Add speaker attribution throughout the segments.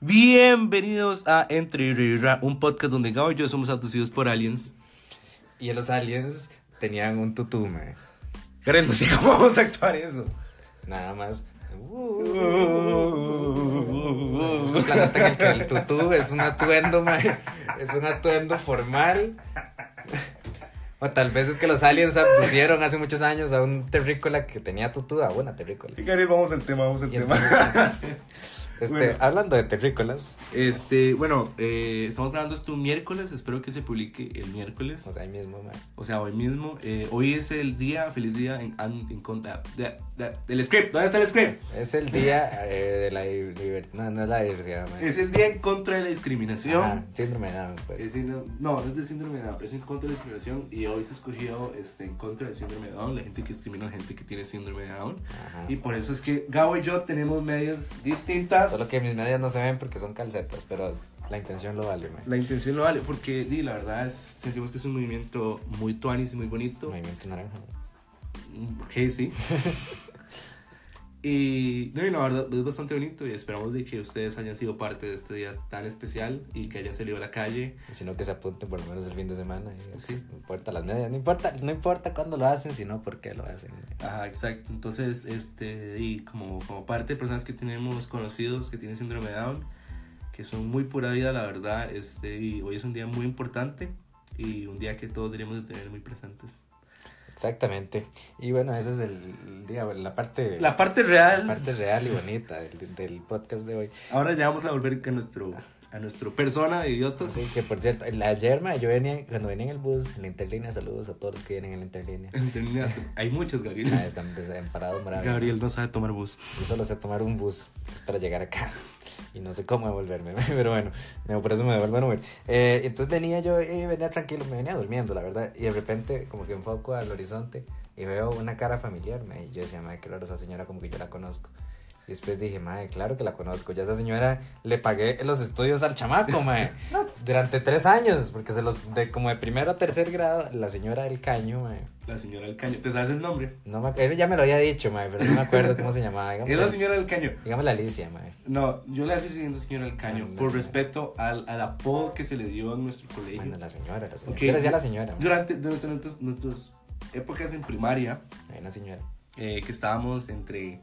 Speaker 1: Bienvenidos a Entre Rira, un podcast donde Gabo y yo somos abducidos por aliens.
Speaker 2: Y los aliens tenían un tutume. Karen, no sé cómo vamos a actuar eso. Nada más. Es un planeta en el que el tutú es un atuendo, mae. Es un atuendo formal. O tal vez es que los aliens abducieron hace muchos años a un terrícola que tenía tutú, a una terrícola.
Speaker 3: Sí, Karen, vamos al tema, vamos al
Speaker 2: Y
Speaker 3: tema.
Speaker 2: entonces, este,
Speaker 3: Bueno.
Speaker 2: hablando de terrícolas,
Speaker 1: Este, bueno, eh, estamos grabando esto un miércoles, espero que se publique el miércoles,
Speaker 2: o sea, pues ahí mismo, mae.
Speaker 1: o sea, hoy mismo. Eh, hoy es el día, feliz día en, en, en contra de- de- del script, ¿dónde está el script?
Speaker 2: Es el día eh, de la diversidad. No, no es la diversidad, mae.
Speaker 1: Es el día en contra de la discriminación.
Speaker 2: Ajá, síndrome de Down, pues.
Speaker 1: Es decir, no, no, no es de síndrome de Down, es en contra de la discriminación y hoy se ha escogido este, en contra del síndrome de Down, la gente que discrimina a la gente que tiene síndrome de Down.
Speaker 2: Ajá.
Speaker 1: Y por eso es que Gabo y yo tenemos medias distintas.
Speaker 2: Solo que mis medias no se ven porque son calcetas, pero la intención lo vale, mae.
Speaker 1: La intención lo vale, porque di, la verdad es, sentimos que es un movimiento muy tuanis y muy bonito.
Speaker 2: Movimiento naranja.
Speaker 1: Ok, sí. y, no, y la verdad es bastante bonito y esperamos de que ustedes hayan sido parte de este día tan especial y que hayan salido a la calle.
Speaker 2: Sino que se apunten por lo menos el fin de semana. y,
Speaker 1: Sí.
Speaker 2: No importa las medias, no importa, no importa cuándo lo hacen, sino por qué lo hacen. mae.
Speaker 1: Ajá, exacto. Entonces, este, y como, como parte de personas que tenemos conocidos que tienen síndrome de Down, que son muy pura vida, la verdad, este, y hoy es un día muy importante y un día que todos deberíamos de tener muy presentes.
Speaker 2: Exactamente. Y bueno, ese es el día, la parte,
Speaker 1: La parte
Speaker 2: la
Speaker 1: real.
Speaker 2: parte real y bonita del, del podcast de hoy.
Speaker 1: Ahora ya vamos a volver a nuestro, a nuestro persona de idiotas.
Speaker 2: Así que por cierto, el- ayer mae, yo venía, cuando venía en el bus, en la interlínea, saludos a todos los que vienen en la interlínea.
Speaker 1: Internet. Hay muchos, Gabriel.
Speaker 2: Ah, están desamparados, maravillosos.
Speaker 1: Gabriel no sabe tomar bus.
Speaker 2: Yo solo sé tomar un bus para llegar acá. Y no sé cómo devolverme, pero bueno, no, por eso me devuelvo en Uber. Eh, entonces venía yo, eh, venía tranquilo, me venía durmiendo, la verdad. Y de repente, como que enfoco al horizonte y veo una cara familiar. Me, y yo decía, madre, qué raro esa señora, como que yo la conozco. Y después dije, madre, claro que la conozco. Ya esa señora le pagué los estudios al chamaco, madre. Durante tres años, porque se los, de, como de primero a tercer grado, la señora del caño, madre.
Speaker 1: La señora del caño. ¿Te sabes el nombre?
Speaker 2: No me, ac- él ya me lo había dicho, madre, pero no me acuerdo cómo se llamaba.
Speaker 1: Es la
Speaker 2: Dígame,
Speaker 1: señora del caño.
Speaker 2: dígame la Alicia, madre.
Speaker 1: No, yo le estoy diciendo señora del
Speaker 2: Ah,
Speaker 1: caño
Speaker 2: la
Speaker 1: por
Speaker 2: señora.
Speaker 1: respeto al, al apodo que se le dio en nuestro colegio.
Speaker 2: Bueno, la señora, la señora.
Speaker 1: Ok.
Speaker 2: Yo le decía a la señora. ma.
Speaker 1: Durante nuestras nuestros, nuestros épocas en primaria,
Speaker 2: Hay una señora.
Speaker 1: eh, que estábamos entre,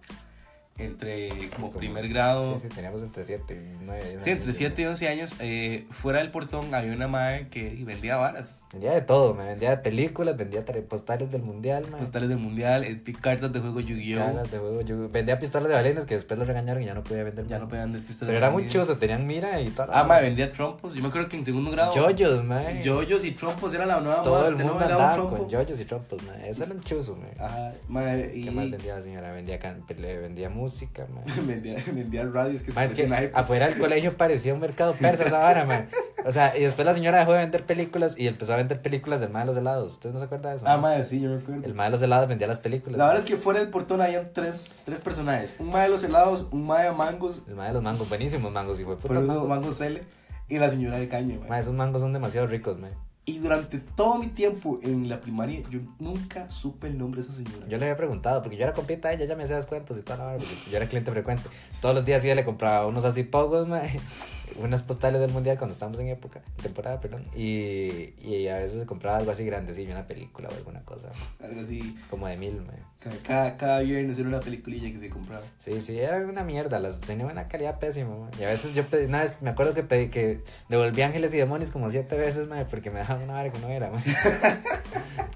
Speaker 1: entre como
Speaker 2: Como-
Speaker 1: primer grado,
Speaker 2: Sí, sí, teníamos entre 7 y 9.
Speaker 1: sí, entre 7 y 11 años, eh, fuera del portón había una madre que vendía varas.
Speaker 2: Vendía de todo, me vendía de películas, vendía tra- postales del mundial, me
Speaker 1: postales del mundial, eh, pi- cartas de juego Yu-Gi-Oh!
Speaker 2: Ah. de juego, yo vendía pistolas de balenes que después lo regañaron y ya no podía vender.
Speaker 1: Ya
Speaker 2: ma.
Speaker 1: no podían del pistola.
Speaker 2: Pero era muy chuzo, tenían mira y tal.
Speaker 1: Ah, madre, vendía trompos. Yo me acuerdo que en segundo grado.
Speaker 2: Yoyos, man.
Speaker 1: Yoyos y trompos era la nueva moda.
Speaker 2: Todo el
Speaker 1: usted no
Speaker 2: mundo
Speaker 1: bailaba
Speaker 2: andaba
Speaker 1: un
Speaker 2: con
Speaker 1: trompo.
Speaker 2: yoyos y trompos, man. Eso era un chuzo, man.
Speaker 1: Ajá, madre, y.
Speaker 2: ¿Qué más vendía la señora? Vendía, can- le vendía música, man.
Speaker 1: vendía, vendía radios que
Speaker 2: Ma, es que
Speaker 1: parecían iPods.
Speaker 2: afuera del colegio parecía un mercado persa esa vara, man. O sea, y después la señora dejó de vender películas y empezó a vender películas del mal de los helados. ¿Ustedes no se acuerdan de eso?
Speaker 1: Ah,
Speaker 2: ma?
Speaker 1: madre, sí, yo me acuerdo.
Speaker 2: El mal de los helados vendía las películas.
Speaker 1: La verdad es que fuera del portón habían tres, tres personajes: un mae de los helados, un mae de mangos,
Speaker 2: El mal de los mangos, buenísimos mangos, y fue puta.
Speaker 1: pero
Speaker 2: mango.
Speaker 1: los mangos L, y la señora de caña, mae.
Speaker 2: Ma, esos mangos son demasiado ricos, man.
Speaker 1: Y durante todo mi tiempo en la primaria, yo nunca supe el nombre de esa señora.
Speaker 2: Yo le había preguntado, porque yo era compita de ella, ya me hacía descuentos y toda la vara, porque yo era cliente frecuente. Todos los días sí le compraba unos así pocos, ma, unas postales del mundial cuando estábamos en época, temporada, perdón. Y, y a veces compraba algo así grandecillo, una película o alguna cosa, ma,
Speaker 1: Algo así.
Speaker 2: como de mil, man.
Speaker 1: Cada- Cada, cada viernes era una peliculilla que se compraba.
Speaker 2: Sí, sí, era una mierda, las tenía una calidad pésima, ma. Y a veces yo pedí, una vez me acuerdo que pedí que devolví ángeles y demonios como siete veces, ma, porque me daban una vara que no era, ma.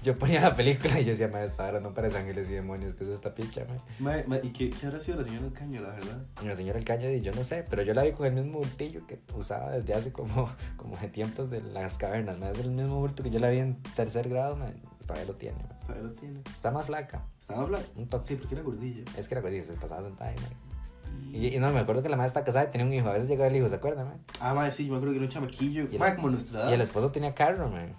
Speaker 2: Yo ponía la película y yo decía, ma, esta vara no parece ángeles y demonios, que es esta picha, ma.
Speaker 1: Mae, mae, ¿Y qué, qué habrá sido la señora Caño, la verdad?
Speaker 2: Y la señora Alcaña y yo no sé, pero yo la vi con el mismo bultillo que usaba desde hace como, como de tiempos de las cavernas, ma. Es el mismo bulto que yo la vi en tercer grado, ma, y todavía lo tiene, ma.
Speaker 1: Todavía lo tiene.
Speaker 2: Está más flaca,
Speaker 1: ¿Estaba hablando?
Speaker 2: un toque.
Speaker 1: Sí, porque era gordilla.
Speaker 2: Es que la cosa se pasaba sentada ahí, ma. Y, y no, me acuerdo que la madre está casada y tenía un hijo. A veces llegaba el hijo, ¿se acuerdan, ma?
Speaker 1: Ah, mae, sí, yo me acuerdo que era un chamaquillo.
Speaker 2: Y el-
Speaker 1: Mae, como nuestra edad.
Speaker 2: Y el esposo tenía carro, man.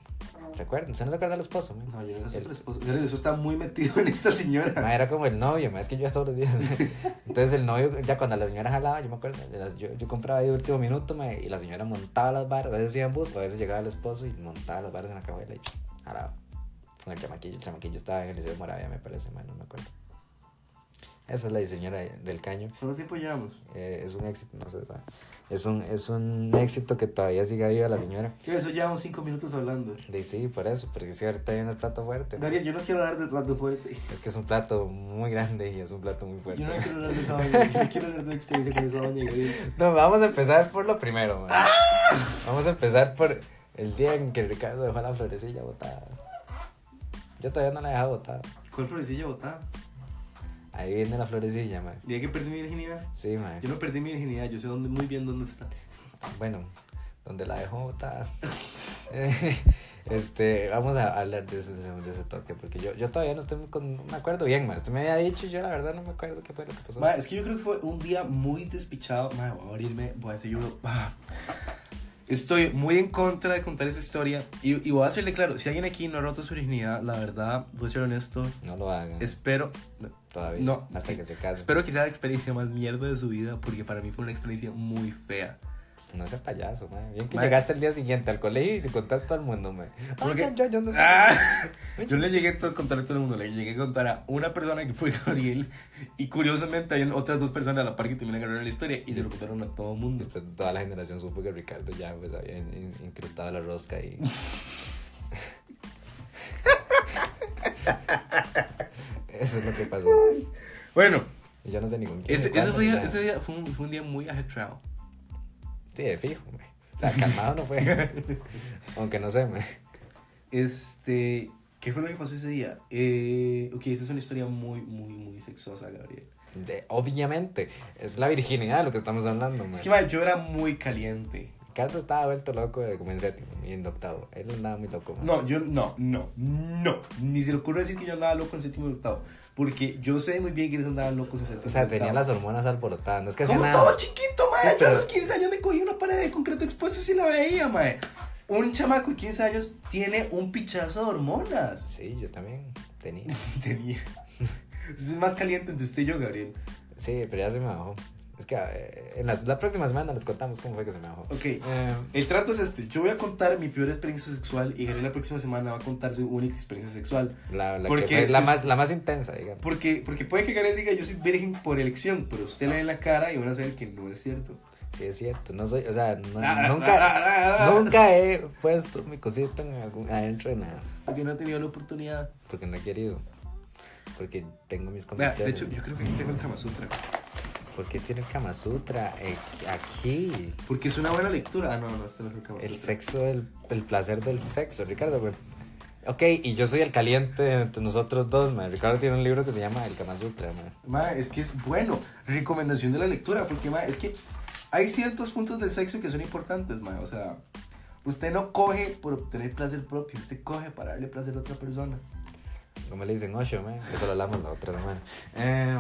Speaker 2: ¿Te acuerdas? ¿Usted no se acuerda del esposo, man?
Speaker 1: No, yo no sé
Speaker 2: El-
Speaker 1: el esposo. El esposo está muy metido en esta señora.
Speaker 2: Ma, era como el novio, ma, es que yo hasta los días. ma. Entonces el novio, ya cuando la señora jalaba, yo me acuerdo, de las- yo, yo compraba ahí de último minuto, ma, y la señora montaba las barras, a veces iba en bus, o a veces llegaba el esposo y montaba las barras en la cajuela y jalaba. Con el chamaquillo, el chamaquillo estaba en el Liceo de Moravia, me parece, ma, no me acuerdo. Esa es la diseñadora del caño.
Speaker 1: ¿Cuánto tiempo llevamos?
Speaker 2: Eh, es un éxito, no sé, va. es un, es un éxito que todavía siga viva la señora.
Speaker 1: Yo eso llevamos cinco minutos hablando.
Speaker 2: De sí, por eso, porque es que ahorita viene el plato fuerte.
Speaker 1: Gabriel, yo no quiero hablar del plato fuerte.
Speaker 2: Es que es un plato muy grande y es un plato muy fuerte.
Speaker 1: Yo no quiero hablar de esa doña. Yo no quiero hablar de la experiencia con esa doña, Gabriel.
Speaker 2: No, vamos a empezar por lo primero. man. Vamos a empezar por el día en que Ricardo dejó la florecilla botada. Yo todavía no la he dejado botada.
Speaker 1: ¿Cuál florecilla botada?
Speaker 2: Ahí viene la florecilla, man.
Speaker 1: Día que perdí mi virginidad.
Speaker 2: Sí, man.
Speaker 1: Yo no perdí mi virginidad, yo sé dónde, muy bien dónde está.
Speaker 2: Bueno, donde la dejó botada. Eh, este, vamos a hablar de ese, de ese- de ese toque, porque yo, yo todavía no estoy muy con, no me acuerdo bien, man. Usted me había dicho y yo la verdad no me acuerdo qué fue lo que pasó.
Speaker 1: Ma, es que yo creo que fue un día muy despichado. Ma, voy a abrirme, voy a decir yo, ah. Estoy muy en contra de contar esa historia. Y, y voy a hacerle claro: si alguien aquí no ha roto su virginidad, la verdad, voy a ser honesto.
Speaker 2: No lo hagan
Speaker 1: Espero,
Speaker 2: todavía.
Speaker 1: no.
Speaker 2: Hasta que se case.
Speaker 1: espero que sea la experiencia más mierda de su vida, porque para mí fue una experiencia muy fea.
Speaker 2: No seas payaso, man. Bien que
Speaker 1: Man.
Speaker 2: llegaste el día siguiente al colegio y te contaste a todo el mundo, man.
Speaker 1: Porque-
Speaker 2: Oigan, yo, yo no sé.
Speaker 1: Ah, yo le llegué a to- contar a todo el mundo, le llegué a contar a una persona que fue Gabriel y curiosamente hay otras dos personas a la par que también agarraron la historia y se lo contaron a todo el mundo.
Speaker 2: Después pues, toda la generación supo que Ricardo ya pues, había in- in- incrustado la rosca y... Eso es lo que pasó.
Speaker 1: Bueno,
Speaker 2: Y yo no sé ni con quién.
Speaker 1: ese,
Speaker 2: ni
Speaker 1: ese
Speaker 2: cuándo, ni
Speaker 1: día,
Speaker 2: nada.
Speaker 1: ese día fue, un, fue un día muy ajetreado.
Speaker 2: Sí, de fijo, güey. O sea, calmado no fue. Aunque no sé, güey.
Speaker 1: Este, ¿qué fue lo que pasó ese día? Eh, ok, esa es una historia muy, muy, muy sexosa, Gabriel.
Speaker 2: De- obviamente, es la virginidad de lo que estamos hablando, güey.
Speaker 1: Es que, man, yo era muy caliente.
Speaker 2: Ricardo estaba vuelto loco de como en séptimo y en octavo. Él andaba muy loco, man.
Speaker 1: No, yo no, no, no. Ni se le ocurre decir que yo andaba loco en séptimo y octavo. Porque yo sé muy bien que ellos andaban locos en séptimo
Speaker 2: O
Speaker 1: y
Speaker 2: sea,
Speaker 1: octavo.
Speaker 2: tenía las hormonas alborotadas. No es que hacía
Speaker 1: Como
Speaker 2: nada.
Speaker 1: todo chiquito, mae.
Speaker 2: Sí,
Speaker 1: Yo
Speaker 2: pero-
Speaker 1: a los 15 años me cogí una pared de concreto expuesto y sí la veía, mae. Un chamaco de 15 años tiene un pichazo de hormonas.
Speaker 2: Sí, yo también tenía.
Speaker 1: Tenía. Es más caliente entre usted y yo, Gabriel.
Speaker 2: Sí, pero ya se me bajó. Es que eh, en las- la próxima semana les contamos cómo fue que se me bajó.
Speaker 1: Ok.
Speaker 2: Eh,
Speaker 1: El trato es este. Yo voy a contar mi peor experiencia sexual y Gabriel la próxima semana va a contar su única experiencia sexual.
Speaker 2: la, la,
Speaker 1: Porque
Speaker 2: que fue la,
Speaker 1: si-
Speaker 2: más, la más intensa, digamos.
Speaker 1: Porque, porque puede que Gabriel diga yo soy virgen por elección, pero usted le ve en la cara y van a saber que no es cierto.
Speaker 2: Sí, es cierto. No soy, o sea, no-
Speaker 1: Ah,
Speaker 2: nunca,
Speaker 1: ah, ah, ah.
Speaker 2: nunca he puesto mi cosita en algún, adentro de nada.
Speaker 1: Porque no he tenido la oportunidad.
Speaker 2: Porque no he querido. Porque tengo mis
Speaker 1: Vea, de
Speaker 2: convicciones.
Speaker 1: hecho, yo creo que aquí tengo el Kama Sutra.
Speaker 2: Porque tiene el Kama Sutra eh, aquí.
Speaker 1: Porque es una buena lectura. Ah, no, no, este no es el Kama
Speaker 2: El
Speaker 1: Sutra.
Speaker 2: sexo, el, el placer del sexo, Ricardo, güey. Ok, y yo soy el caliente entre nosotros dos, man. Ricardo tiene un libro que se llama El Kama Sutra, man.
Speaker 1: Ma, es que es bueno. Recomendación de la lectura, porque ma, es que hay ciertos puntos del sexo que son importantes, ma. O sea, usted no coge por obtener placer propio, usted coge para darle placer a otra persona.
Speaker 2: Como le dicen ocho, man. Eso lo hablamos la otra semana. Eh,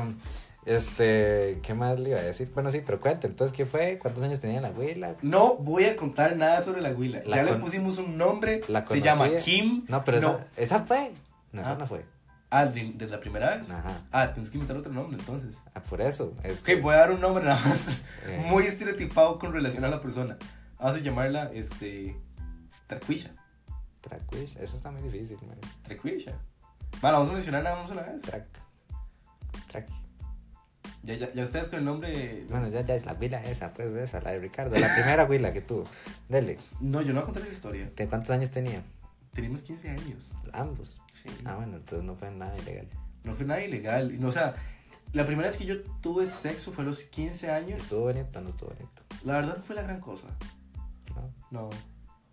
Speaker 2: este, ¿qué más le iba a decir? Bueno, sí, pero cuente. Entonces, ¿qué fue? ¿Cuántos años tenía la abuela?
Speaker 1: No voy a contar nada sobre la huila.
Speaker 2: La
Speaker 1: ya le
Speaker 2: con-
Speaker 1: pusimos un nombre,
Speaker 2: La
Speaker 1: se
Speaker 2: conocía.
Speaker 1: llama Kim.
Speaker 2: No, pero Esa, esa fue. No,
Speaker 1: Ah.
Speaker 2: esa no fue.
Speaker 1: Ah, ¿de, de la primera vez?
Speaker 2: Ajá.
Speaker 1: Ah, tienes que inventar otro nombre entonces.
Speaker 2: Ah, por eso. Este,
Speaker 1: Ok, voy a dar un nombre nada más
Speaker 2: Eh.
Speaker 1: muy estereotipado con relación a la persona. Vamos a llamarla, este, Tracuilla.
Speaker 2: Traquish. Eso está muy difícil, man.
Speaker 1: Tracuilla. Vale, vamos a mencionar nada más una vez.
Speaker 2: Track. Track.
Speaker 1: Ya, ya, ya ustedes con el nombre.
Speaker 2: Bueno, ya, ya es la huila esa, pues esa, la de Ricardo, la primera huila que tuvo. Dele,
Speaker 1: No, yo no voy a contar esa historia.
Speaker 2: ¿de cuántos años tenía?
Speaker 1: Teníamos 15 años.
Speaker 2: Ambos.
Speaker 1: Sí.
Speaker 2: Ah, bueno, entonces no fue nada ilegal.
Speaker 1: No fue nada ilegal. No, o sea, la primera vez que yo tuve sexo fue a los 15 años.
Speaker 2: ¿Estuvo bonito o no estuvo bonito?
Speaker 1: La verdad no fue la gran cosa.
Speaker 2: No.
Speaker 1: No. O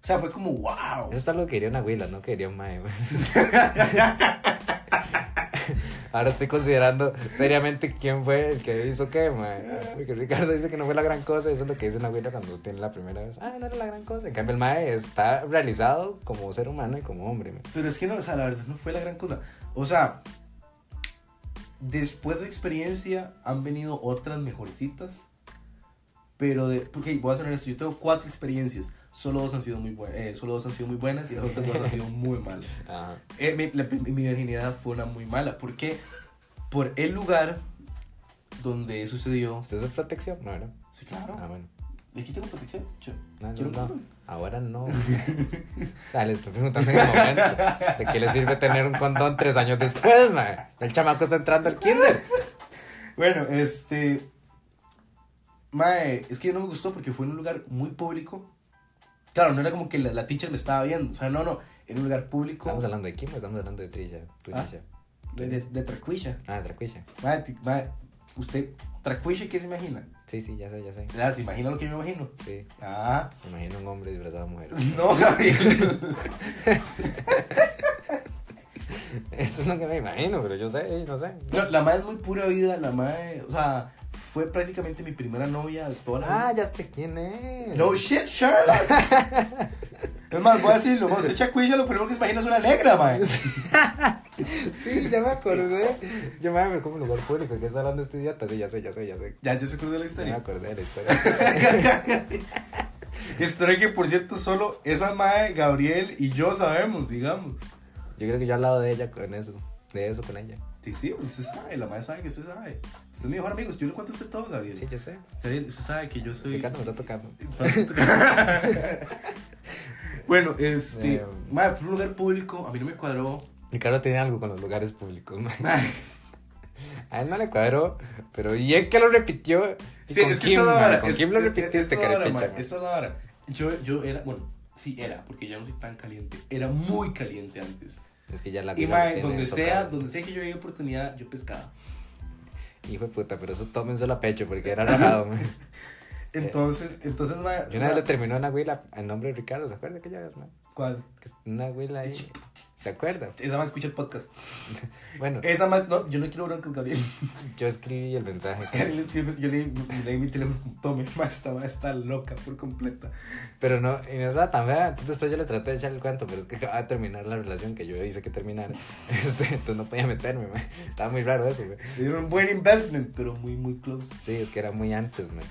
Speaker 1: sea, fue como wow.
Speaker 2: Eso es algo que quería una huila, no quería un mae. Ahora estoy considerando seriamente quién fue el que hizo qué, mae. Porque Ricardo dice que no fue la gran cosa, eso es lo que dice una huila cuando tiene la primera vez. Ah, no era la gran cosa. En cambio, el mae está realizado como ser humano y como hombre, mae.
Speaker 1: Pero es que no, o sea, la verdad no fue la gran cosa. O sea, después de experiencia han venido otras mejorcitas. Pero de. Ok, voy a hacer esto. Yo tengo cuatro experiencias. Solo dos han sido muy buenas. solo dos han sido muy buenas y las otras dos han sido muy malas.
Speaker 2: Ajá.
Speaker 1: Eh, mi, la- mi virginidad fue una muy mala. porque Por el lugar donde sucedió.
Speaker 2: Usted es protección, ¿no era?
Speaker 1: Sí, claro.
Speaker 2: Ah, bueno.
Speaker 1: ¿Y aquí tengo protección? Yo-
Speaker 2: No, no,
Speaker 1: quiero un
Speaker 2: no.
Speaker 1: condón.
Speaker 2: Ahora no. o sea, les estoy preguntando en el momento. ¿De qué le sirve tener un condón tres años después, mae? El chamaco está entrando al kinder.
Speaker 1: Bueno, este. Mae, es que no me gustó porque fue en un lugar muy público. Claro, no era como que la, la teacher me estaba viendo. O sea, no, no. Era un lugar público
Speaker 2: Estamos hablando de Kim o estamos hablando de Trilla. Trilla.
Speaker 1: de, de, de Tracuilla.
Speaker 2: Ah, de Tracuilla.
Speaker 1: Mae, ti- mae, usted, Tracuilla, ¿qué se imagina?
Speaker 2: Sí, sí, ya sé, ya sé.
Speaker 1: Ah, ¿Se imagina lo que yo me imagino?
Speaker 2: Sí.
Speaker 1: Ah,
Speaker 2: Me imagino un hombre disfrazado de mujer.
Speaker 1: no, Gabriel.
Speaker 2: Eso es lo que me imagino, pero yo sé, eh, no sé.
Speaker 1: No, la madre es muy pura vida. La madre, o sea, fue prácticamente mi primera novia de toda la vida.
Speaker 2: Ah, ya sé quién es.
Speaker 1: No shit, Sherlock. es más, voy a decirlo, vos echa cuilla, lo primero que se imagina es una negra, mae.
Speaker 2: Sí, ya me acordé. Yo me acuerdo como un lugar público que está hablando este idiota. Sí, ya sé, ya sé, ya sé.
Speaker 1: Ya, ya se cruzó la
Speaker 2: Ya me
Speaker 1: historia.
Speaker 2: acordé de la historia.
Speaker 1: historia que, por cierto, solo esa mae, Gabriel y yo sabemos, digamos.
Speaker 2: Yo creo que yo he hablado de ella con eso. De eso con ella.
Speaker 1: Sí, sí, usted sabe, la mae sabe que usted sabe. Usted es mi mejor amigo, yo le cuento a usted todo, Gabriel.
Speaker 2: Sí, yo sé.
Speaker 1: Gabriel, usted sabe que yo soy...
Speaker 2: Ricardo me está tocando.
Speaker 1: bueno, este...
Speaker 2: Eh,
Speaker 1: mae, fue un lugar público, a mí no me cuadró.
Speaker 2: Ricardo tiene algo con los lugares públicos. ma. A él no le cuadró, pero y es que lo repitió. Y con Kim,
Speaker 1: esa es la
Speaker 2: ma,
Speaker 1: vara,
Speaker 2: con
Speaker 1: es-
Speaker 2: Kim lo
Speaker 1: es- es
Speaker 2: repitiste,
Speaker 1: la vara,
Speaker 2: este carepicha.
Speaker 1: ma,
Speaker 2: ma.
Speaker 1: Esa es la vara. Yo, yo era, bueno, sí era, porque ya no soy tan caliente. Era muy caliente antes.
Speaker 2: Es que ya la
Speaker 1: Y
Speaker 2: vida
Speaker 1: mae,
Speaker 2: tiene
Speaker 1: donde
Speaker 2: eso,
Speaker 1: sea,
Speaker 2: cara.
Speaker 1: donde sea que yo haya oportunidad, yo pescaba.
Speaker 2: Hijo de puta, pero eso tómenselo a pecho porque era rajado, ma.
Speaker 1: Entonces, entonces, mae,
Speaker 2: Yo una vez
Speaker 1: mae,
Speaker 2: le terminó una güila en nombre de Ricardo, ¿se acuerda aquella vez, ma?
Speaker 1: ¿Cuál?
Speaker 2: Que es Una güila ahí. ¿Se acuerda?
Speaker 1: Esa más escucha el podcast.
Speaker 2: Bueno,
Speaker 1: Esa más, no, yo no quiero broncas, Gabriel.
Speaker 2: yo escribí el mensaje.
Speaker 1: Gabriel escribe, yo leí, leí mi teléfono, es como, tome, mae, esta mae está loca por completa.
Speaker 2: Pero no, y no estaba tan fea. Entonces después yo le traté de echar el cuento, pero es que acababa de terminar la relación que yo hice que terminara. Este, entonces no podía meterme, man. Estaba muy raro eso, güey.
Speaker 1: Era un buen investment, pero muy, muy close.
Speaker 2: Sí, es que era muy antes, man.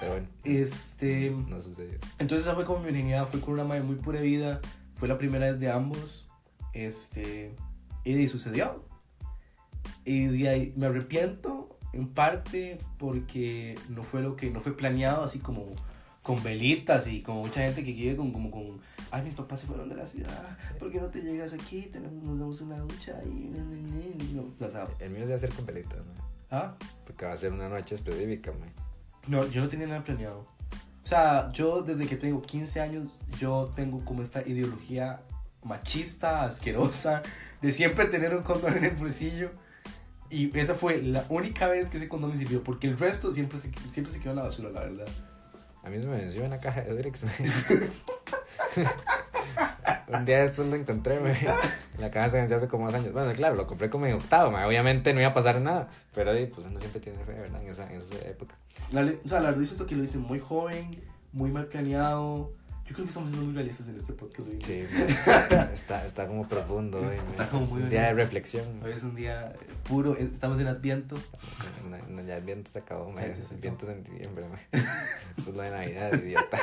Speaker 2: Pero bueno,
Speaker 1: Este...
Speaker 2: no sucedió.
Speaker 1: Entonces esa fue como mi virginidad, fue con una madre muy pura vida, fue la primera vez de ambos, este, y de ahí sucedió. Y de ahí me arrepiento en parte porque no fue lo que, no fue planeado así como con velitas y como mucha gente que vive con, como con, ay mis papás se fueron de la ciudad, ¿por qué no te llegas aquí? Tenemos, nos damos una ducha y... na, na, na, no". O sea,
Speaker 2: El mío se va a hacer con velitas, man.
Speaker 1: ¿ah?
Speaker 2: Porque va a ser una noche específica, man.
Speaker 1: No, yo no tenía nada planeado. O sea, yo desde que tengo 15 años, yo tengo como esta ideología machista, asquerosa, de siempre tener un condón en el bolsillo. Y esa fue la única vez que ese condón me sirvió, porque el resto siempre se, siempre se quedó en la basura, la verdad.
Speaker 2: A mí se me venció una caja de Durex, man. Un día de estos lo encontré, man. La caja se venció hace como dos años. Bueno, claro, lo compré como en octavo, man. Obviamente no iba a pasar nada. Pero ahí, pues uno siempre tiene fe, ¿verdad? En esa, en esa época.
Speaker 1: La le- o sea, la verdad yo siento que lo hice muy joven, muy mal planeado. Yo creo que estamos siendo muy realistas en este podcast. hoy.
Speaker 2: Sí, está, está como profundo, güey.
Speaker 1: Está como
Speaker 2: Es
Speaker 1: muy
Speaker 2: un día de
Speaker 1: honesto.
Speaker 2: reflexión.
Speaker 1: Hoy es un día eh, puro, eh, estamos en Adviento.
Speaker 2: No, no, ya el viento se acabó, man.
Speaker 1: Ya se
Speaker 2: El
Speaker 1: secó.
Speaker 2: viento es en diciembre, man. Eso es lo de Navidad, idiota.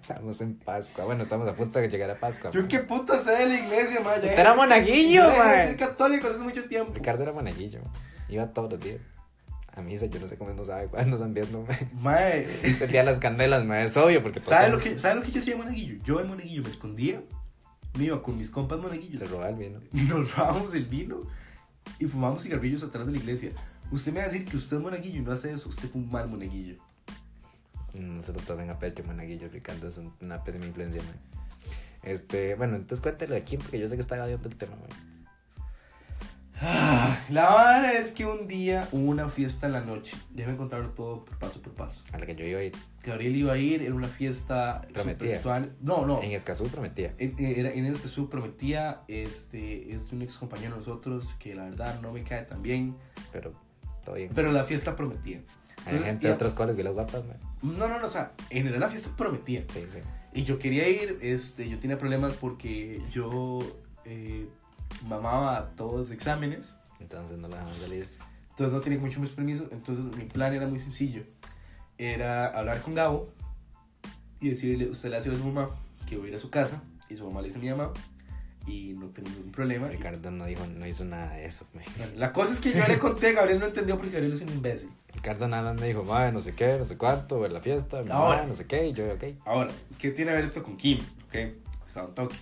Speaker 2: Estamos en Pascua. Bueno, estamos a punto de llegar a Pascua.
Speaker 1: Yo
Speaker 2: man.
Speaker 1: qué puta sé de la iglesia, man. Ya
Speaker 2: Usted
Speaker 1: dejé
Speaker 2: era
Speaker 1: de ser-
Speaker 2: Pues monaguillo,
Speaker 1: ya dejé de
Speaker 2: man.
Speaker 1: ser católico hace mucho tiempo.
Speaker 2: Ricardo era monaguillo. man. Iba todos los días. A misa, yo no sé cómo no sabe cuándo están viendo, man.
Speaker 1: Mae,
Speaker 2: Ese día las candelas, man. Es obvio, porque. todos
Speaker 1: ¿sabe lo,
Speaker 2: son-
Speaker 1: que, ¿sabe lo que yo hacía de monaguillo? Yo de monaguillo me escondía, me iba con mis compas monaguillos,
Speaker 2: Se roba el vino.
Speaker 1: nos robábamos el vino y fumábamos cigarrillos atrás de la iglesia. Usted me va a decir que usted es monaguillo y no hace eso, usted fue un mal monaguillo.
Speaker 2: No se lo tomen a pecho, monaguillo. Ricardo es un- una pésima influencia, man. Este, bueno, entonces cuéntelo de Kim, porque yo sé que está evadiendo el tema, man.
Speaker 1: Ah, La verdad es que un día hubo una fiesta en la noche. Déjeme contarlo todo por paso por paso.
Speaker 2: A la que yo iba a ir.
Speaker 1: Gabriel iba a ir, era una fiesta
Speaker 2: Prometida.
Speaker 1: espiritual. No, no.
Speaker 2: En Escazú prometía.
Speaker 1: En- eh, Era Inés que su prometía, este, es un ex compañero de nosotros que la verdad no me cae tan bien,
Speaker 2: Pero todo bien.
Speaker 1: pero la fiesta prometía.
Speaker 2: Hay
Speaker 1: Entonces,
Speaker 2: gente de
Speaker 1: ya-
Speaker 2: otros colegios que las guapas, man.
Speaker 1: No, no, no, o sea, en general la fiesta prometía.
Speaker 2: Sí, sí.
Speaker 1: Y yo quería ir, este, yo tenía problemas porque yo eh, mamaba todos los exámenes,
Speaker 2: Entonces no la dejaban salir.
Speaker 1: entonces no tenía mucho más permisos, entonces mi plan era muy sencillo. Era hablar con Gabo y decirle, usted le hace a su mamá que voy a ir a su casa, y su mamá le dice a mi mamá, y no tenemos ningún problema. y
Speaker 2: Ricardo no dijo, no hizo nada de eso, man.
Speaker 1: Bueno, La cosa es que yo le conté, Gabriel no entendió porque Gabriel es un imbécil.
Speaker 2: Ricardo nada más me dijo, madre, no sé qué, no sé cuánto, en la fiesta, mi
Speaker 1: Ahora.
Speaker 2: mamá, no sé qué, y yo, ok.
Speaker 1: Ahora, ¿qué tiene que ver esto con Kim? Ok, está un toque.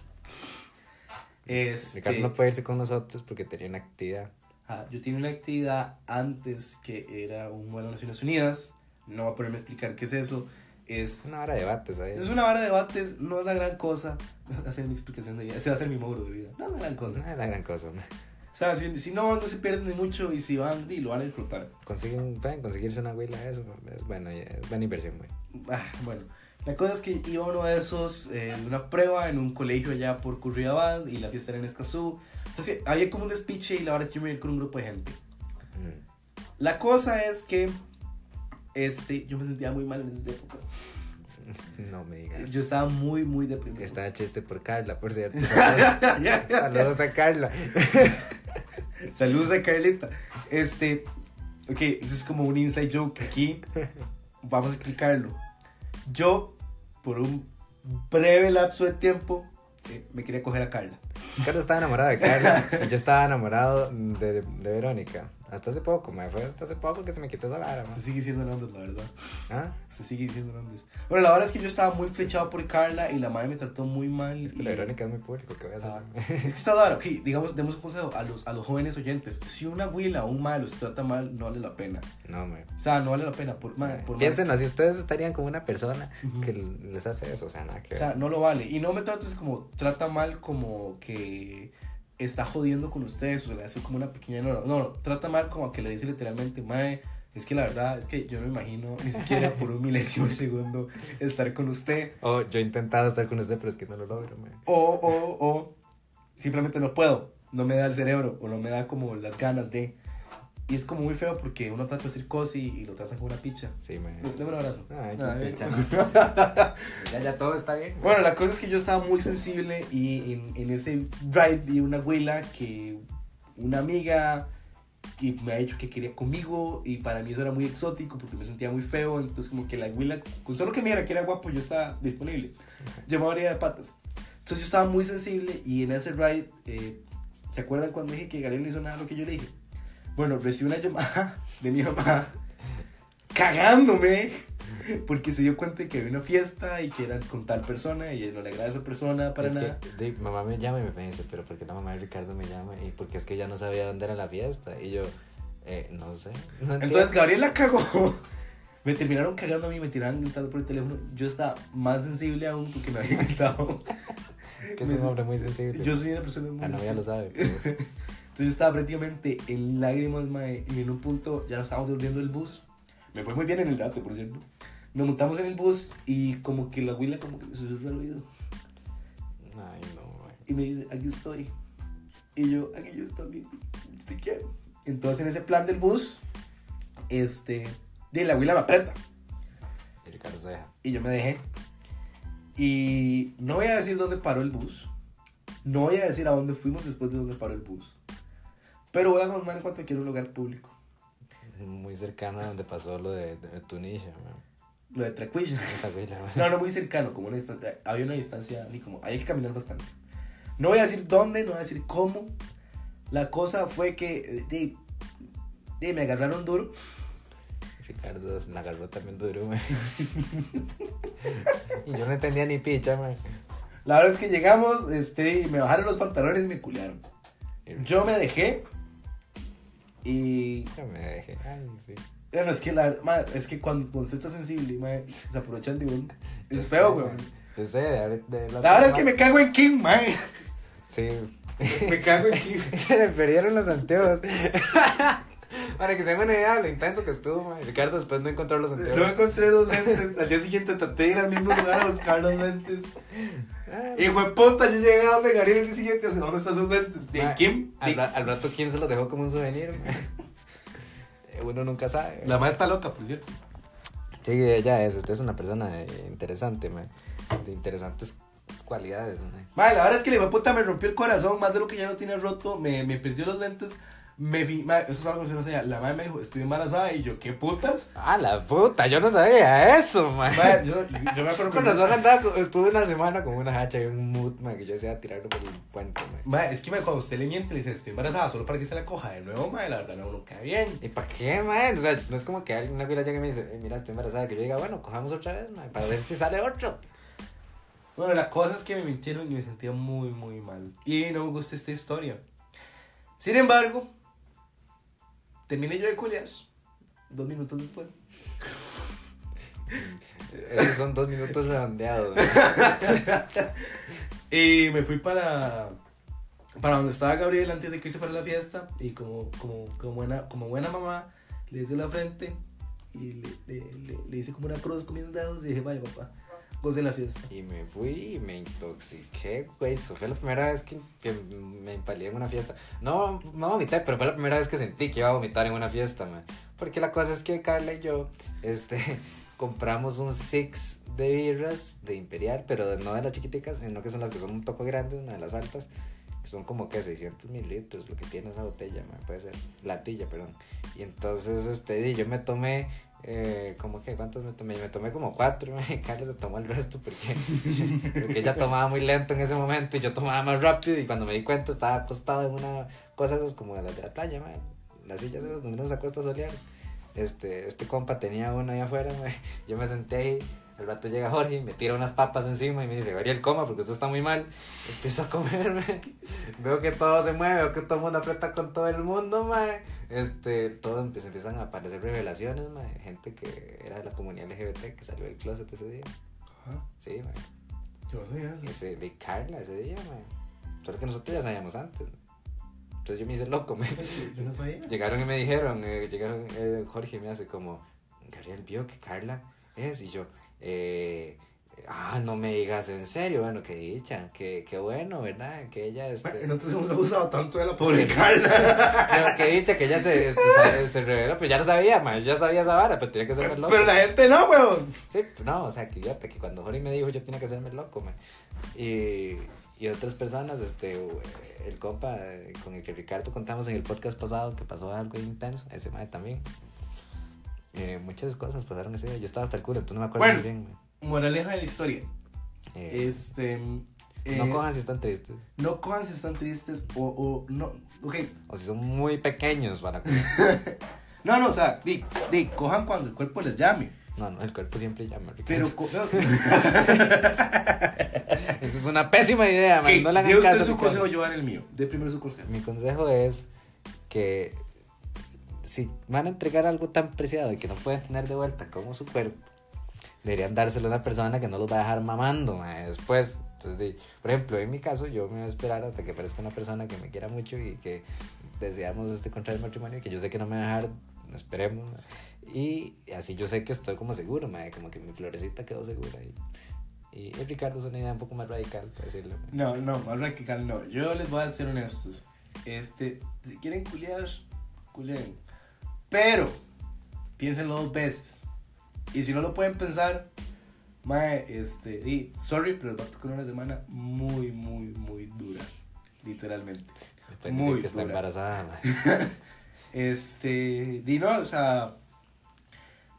Speaker 1: Este,
Speaker 2: Ricardo no puede irse con nosotros porque tenía una actividad.
Speaker 1: Ah, yo tenía una actividad antes que era un vuelo a Naciones Unidas. No voy a ponerme a explicar qué es eso. Es,
Speaker 2: Una hora de debate, ¿sabes?
Speaker 1: es una vara de debates, no es la gran cosa. Va a ser mi explicación de vida. Ese va a ser mi módulo de vida. No es la gran
Speaker 2: No
Speaker 1: cosa.
Speaker 2: es la gran cosa. ¿no?
Speaker 1: O sea, si, si no van, no se pierden de mucho y si van, di, lo van a disfrutar.
Speaker 2: Consiguen, pueden conseguirse una huila, eso es buena, es buena inversión, güey.
Speaker 1: Ah, bueno, la cosa es que iba a uno de esos, eh, de una prueba en un colegio allá por Curriabad y la fiesta era en Escazú. Entonces había como un despiche y la verdad es que yo me iba a ir con un grupo de gente.
Speaker 2: Mm.
Speaker 1: La cosa es que este, yo me sentía muy mal en esas épocas.
Speaker 2: No me digas.
Speaker 1: Yo estaba muy, muy deprimido.
Speaker 2: Estaba chiste por Carla, por cierto. Saludos, saludos a Carla.
Speaker 1: Saludos a Carlita. Este, ok, eso es como un inside joke aquí. Vamos a explicarlo. Yo, por un breve lapso de tiempo, eh, me quería coger a Carla.
Speaker 2: Carla estaba enamorada de Carla y yo estaba enamorado de, de Verónica. Hasta hace poco, me fue hasta hace poco que se me quitó esa vara, ma.
Speaker 1: Se sigue siendo Hernández, la verdad.
Speaker 2: ¿Ah?
Speaker 1: Se sigue diciendo Hernández. Bueno, la verdad es que yo estaba muy flechado por Carla y la madre me trató muy mal.
Speaker 2: Es que la Verónica es muy público, ¿qué voy a
Speaker 1: Ah,
Speaker 2: hacer?
Speaker 1: es que está raro, ok, digamos, demos un consejo a los, a los jóvenes oyentes. Si una huila o un mae los trata mal, no vale la pena.
Speaker 2: No, me.
Speaker 1: O sea, no vale la pena. Por, mae- por mae-
Speaker 2: Piensen así, ustedes estarían como una persona
Speaker 1: Ujú.
Speaker 2: que les hace eso, o sea, nada
Speaker 1: O
Speaker 2: que ver.
Speaker 1: sea, no lo vale. Y no me trates como, trata mal como que está jodiendo con ustedes o se le hace como una pequeña. No, no, no, trata mal como que le dice literalmente, mae. Es que la verdad es que yo no me imagino ni siquiera por un milésimo de segundo estar con usted.
Speaker 2: O Oh, yo he intentado estar con usted, pero es que no lo logro, man.
Speaker 1: O, o, o simplemente no puedo, no me da el cerebro o no me da como las ganas de. Y es como muy feo porque uno trata de hacer cosas y, y lo tratan como una picha.
Speaker 2: Sí, man.
Speaker 1: Dame un abrazo.
Speaker 2: Ay,
Speaker 1: Ah,
Speaker 2: qué
Speaker 1: eh.
Speaker 2: picha. ya, ya todo está bien.
Speaker 1: Bueno, la cosa es que yo estaba muy sensible y en, en ese ride vi una abuela que una amiga que me ha dicho que quería conmigo y para mí eso era muy exótico porque me sentía muy feo, entonces como que la abuela, con solo que me dijera que era guapo yo estaba disponible. Yo me abría de patas. Entonces yo estaba muy sensible y en ese ride, eh, ¿se acuerdan cuando dije que Gabriel no hizo nada de lo que yo le dije? Bueno, recibí una llamada de mi mamá cagándome porque se dio cuenta de que había una fiesta y que era con tal persona y no le agrada a esa persona para
Speaker 2: Es que,
Speaker 1: nada.
Speaker 2: di, mamá me llama y me dice, pero ¿por qué la mamá de Ricardo me llama? Y porque es que ya no sabía dónde era la fiesta. Y yo, eh, no sé. no entiendo.
Speaker 1: Entonces Gabriel la cagó. Me terminaron cagando a mí, me tiraron gritando por el teléfono. Yo estaba más sensible aún porque me había gritado.
Speaker 2: que es un hombre muy sensible.
Speaker 1: Yo soy una persona muy
Speaker 2: La
Speaker 1: sensible.
Speaker 2: novia lo sabe. pero-
Speaker 1: Entonces yo estaba prácticamente en lágrimas, mae, y en un punto ya nos estábamos devolviendo el bus. Me fue muy bien en el rato, por cierto. Nos montamos en el bus y como que la abuela como que me susurra al oído
Speaker 2: Ay, no, güey.
Speaker 1: y me dice, aquí estoy. Y yo, aquí yo estoy, mi- yo te quiero. Entonces en ese plan del bus, este, de la abuela me aprieta
Speaker 2: Y Ricardo se deja.
Speaker 1: y yo me dejé. Y no voy a decir dónde paró el bus. No voy a decir a dónde fuimos después de dónde paró el bus. Pero voy a contar en cuanto quiero un lugar público.
Speaker 2: Muy cercano a donde pasó lo de, de Tunisia, man.
Speaker 1: Lo de Tracuilla.
Speaker 2: Esa güila, man.
Speaker 1: No, no muy cercano, como una distancia, había una distancia así como, hay que caminar bastante. No voy a decir dónde, no voy a decir cómo. La cosa fue que eh, di- di, me agarraron duro.
Speaker 2: Ricardo se la agarró también duro, man. y yo no entendía ni picha, man.
Speaker 1: La verdad es que llegamos, este, y me bajaron los pantalones y me culearon.
Speaker 2: Y
Speaker 1: Yo me dejé y
Speaker 2: yo me dejé. Ay, sí.
Speaker 1: Bueno, es que, la, ma, es que cuando, cuando usted está sensible, ma, se aprovechan de un... Es feo, güey.
Speaker 2: Yo sé, de, de
Speaker 1: La verdad es que me cago en King, ma.
Speaker 2: Sí.
Speaker 1: Me cago en King.
Speaker 2: Se le perdieron los anteojos. Para que se den una idea de lo intenso que estuvo, man. Ricardo después no encontró los anteojos.
Speaker 1: No encontré los lentes. Al día siguiente traté de ir al mismo lugar a buscar los lentes.
Speaker 2: Ah,
Speaker 1: Y de puta, yo llegué a donde Gabriel el día siguiente. O sea, ¿dónde están sus lentes? ¿De
Speaker 2: ma,
Speaker 1: Kim?
Speaker 2: Al,
Speaker 1: De-
Speaker 2: ra- al rato Kim se los dejó como un souvenir, man. Eh, Uno nunca sabe.
Speaker 1: madre está loca, por cierto.
Speaker 2: Sí, ella es, usted es una persona eh, interesante, man. De interesantes cualidades, man.
Speaker 1: Madre, la verdad es que la puta me rompió el corazón más de lo que ya lo tiene roto. Me, me perdió los lentes. Me fi- ma, eso es algo que yo no sabía. La madre me dijo, estoy embarazada. Y yo, ¿qué putas?
Speaker 2: Ah, la puta, yo no sabía eso, man.
Speaker 1: Madre, yo, yo yo me acuerdo que-
Speaker 2: Con razón andaba, con- estuve una semana con una hacha y un mood, man, que yo decía tirarlo por el puente, man.
Speaker 1: Mae, es que mae, cuando usted le miente, le dice, estoy embarazada, solo para que se la coja de nuevo, mae, la verdad no, no cae bien.
Speaker 2: ¿Y para qué, man? O sea, no es como que alguien, una güila llegue y me dice, "Eh, mira, estoy embarazada, que yo diga, bueno, cojamos otra vez, man, para ver si sale otro.
Speaker 1: Bueno, la cosa es que me mintieron y me sentía muy, muy mal. Y no me gusta esta historia. Sin embargo, Terminé yo de culiar dos minutos después.
Speaker 2: Esos son dos minutos redondeados. ¿no?
Speaker 1: Y me fui para, para donde estaba Gabriel antes de que irse para la fiesta. Y como, como, como, buena, como buena mamá, le hice la frente y le, le- le- le hice como una cruz con mis dedos. Y dije, vaya papá, goce la fiesta.
Speaker 2: Y me fui y me intoxiqué, güey. Eso fue la primera vez que, que me empalé en una fiesta. No, no vomité, pero fue la primera vez que sentí que iba a vomitar en una fiesta, man. Porque la cosa es que Carla y yo, este, compramos un six de birras de Imperial, pero no de las chiquiticas, sino que son las que son un poco grandes, una de las altas. que Son como que 600 mililitros, lo que tiene esa botella, man, puede ser, latilla, perdón. Y entonces, este, y yo me tomé, eh, como que, ¿cuántos me tomé? Me tomé como cuatro, y Carlos se tomó el resto porque, porque ella tomaba muy lento en ese momento y yo tomaba más rápido. Y cuando me di cuenta, estaba acostado en una cosa esas como de las de la playa, mae, las sillas esas donde uno se acuesta a solear. Este, este compa tenía una ahí afuera, mae, yo me senté ahí. Al rato llega Jorge y me tira unas papas encima y me dice, Gabriel, coma porque usted está muy mal. Empiezo a comerme. Veo que todo se mueve, veo que todo el mundo aprieta con todo el mundo, mae. Este, todos empie- empiezan a aparecer revelaciones, mae. Gente que era de la comunidad LGBT que salió del closet ese día. Sí, mae.
Speaker 1: Yo no sabía eso.
Speaker 2: Ese de Carla ese día, mae. Solo que nosotros ya sabíamos antes. Entonces yo me hice loco, mae.
Speaker 1: Yo no sabía.
Speaker 2: Llegaron y me dijeron, eh, llegaron, eh, Jorge me hace como, Gabriel vio que Carla es, y yo, eh, ah, no me digas en serio, bueno, qué dicha, qué, qué bueno, ¿verdad? Que ella, este,
Speaker 1: Bueno, Nosotros hemos abusado tanto de la
Speaker 2: Sí.
Speaker 1: Carla.
Speaker 2: pero qué dicha que ella se, este, sa- se reveló, pero ya lo sabía, ma, yo ya sabía esa vara, pero tenía que hacerme el loco.
Speaker 1: Pero la gente no, weón.
Speaker 2: Sí, no, o sea, que idiota, que cuando Jorge me dijo yo tenía que hacerme el loco, ma. Y, y otras personas, este, el compa eh, con el que Ricardo contamos en el podcast pasado que pasó algo intenso, ese madre también. Eh, muchas cosas pasaron ese día, yo estaba hasta el culo, entonces no me acuerdo
Speaker 1: Bueno.
Speaker 2: muy bien, ma.
Speaker 1: Moraleja de la historia.
Speaker 2: Eh,
Speaker 1: Este. eh,
Speaker 2: No cojan si están tristes,
Speaker 1: No cojan si están tristes o, o no. Ok.
Speaker 2: o si son muy pequeños para comer.
Speaker 1: No, no, o sea, di, di, cojan cuando el cuerpo les llame.
Speaker 2: No, no, el cuerpo siempre llama, Ricardo.
Speaker 1: Pero. co- no.
Speaker 2: Esa es una pésima idea, ma,
Speaker 1: Ok,
Speaker 2: no le
Speaker 1: dé
Speaker 2: hagan
Speaker 1: usted
Speaker 2: caso.
Speaker 1: su
Speaker 2: Ricardo.
Speaker 1: consejo, yo daré el mío. De primero su consejo.
Speaker 2: Mi consejo es que si van a entregar algo tan preciado y que no pueden tener de vuelta como su cuerpo, deberían dárselo a una persona que no los va a dejar mamando mae, después. Entonces, di- por ejemplo, en mi caso, yo me voy a esperar hasta que aparezca una persona que me quiera mucho y que deseamos este contraer matrimonio y que yo sé que no me va a dejar, esperemos. Y así yo sé que estoy como seguro, mae, como que mi florecita quedó segura. Y, y, y Ricardo es una idea un poco más radical, por decirlo.
Speaker 1: No, no, más radical no. Yo les voy a ser honestos. Este, si quieren culiar, culeen. Pero, piénsenlo dos veces. Y si no lo pueden pensar, mae, este, y sorry, pero va a tocar una semana muy, muy, muy dura. Literalmente.
Speaker 2: Me pueden
Speaker 1: Muy
Speaker 2: decir que está
Speaker 1: dura.
Speaker 2: embarazada, mae.
Speaker 1: Este, di no, o sea,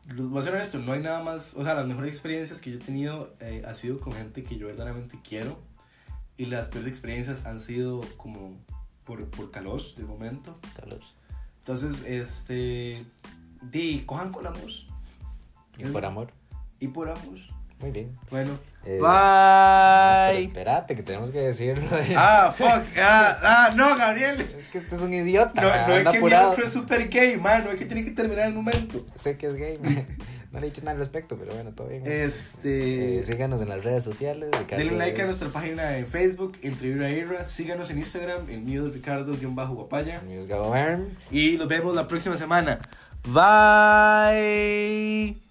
Speaker 1: los- voy a ser honesto, no hay nada más, o sea, las mejores experiencias que yo he tenido eh, ha sido con gente que yo verdaderamente quiero y las peores experiencias han sido como por, por calor de momento.
Speaker 2: Calor.
Speaker 1: Entonces, este, di, cojan con amor
Speaker 2: Y por amor.
Speaker 1: y por amor.
Speaker 2: Muy bien.
Speaker 1: Bueno,
Speaker 2: Eh, no, pero
Speaker 1: bye.
Speaker 2: Espérate, que tenemos que decirlo.
Speaker 1: Ah, fuck, ah, ah, no, Gabriel.
Speaker 2: Es que este es un idiota.
Speaker 1: No, no
Speaker 2: anda
Speaker 1: es que mi
Speaker 2: apurado.
Speaker 1: otro es super gay, man, no es que tiene que terminar el momento.
Speaker 2: Sé que es gay. man. No le he dicho nada al respecto, pero bueno, todo bien. man.
Speaker 1: Este...
Speaker 2: Eh, síganos en las redes sociales. Ricardo
Speaker 1: Denle like a
Speaker 2: es-
Speaker 1: nuestra página en Facebook, Entre Vibra y Irra. Síganos en Instagram, el mío es Ricardo-Guapaya.
Speaker 2: Mi es Gabo Berm.
Speaker 1: Y nos vemos la próxima semana. Bye.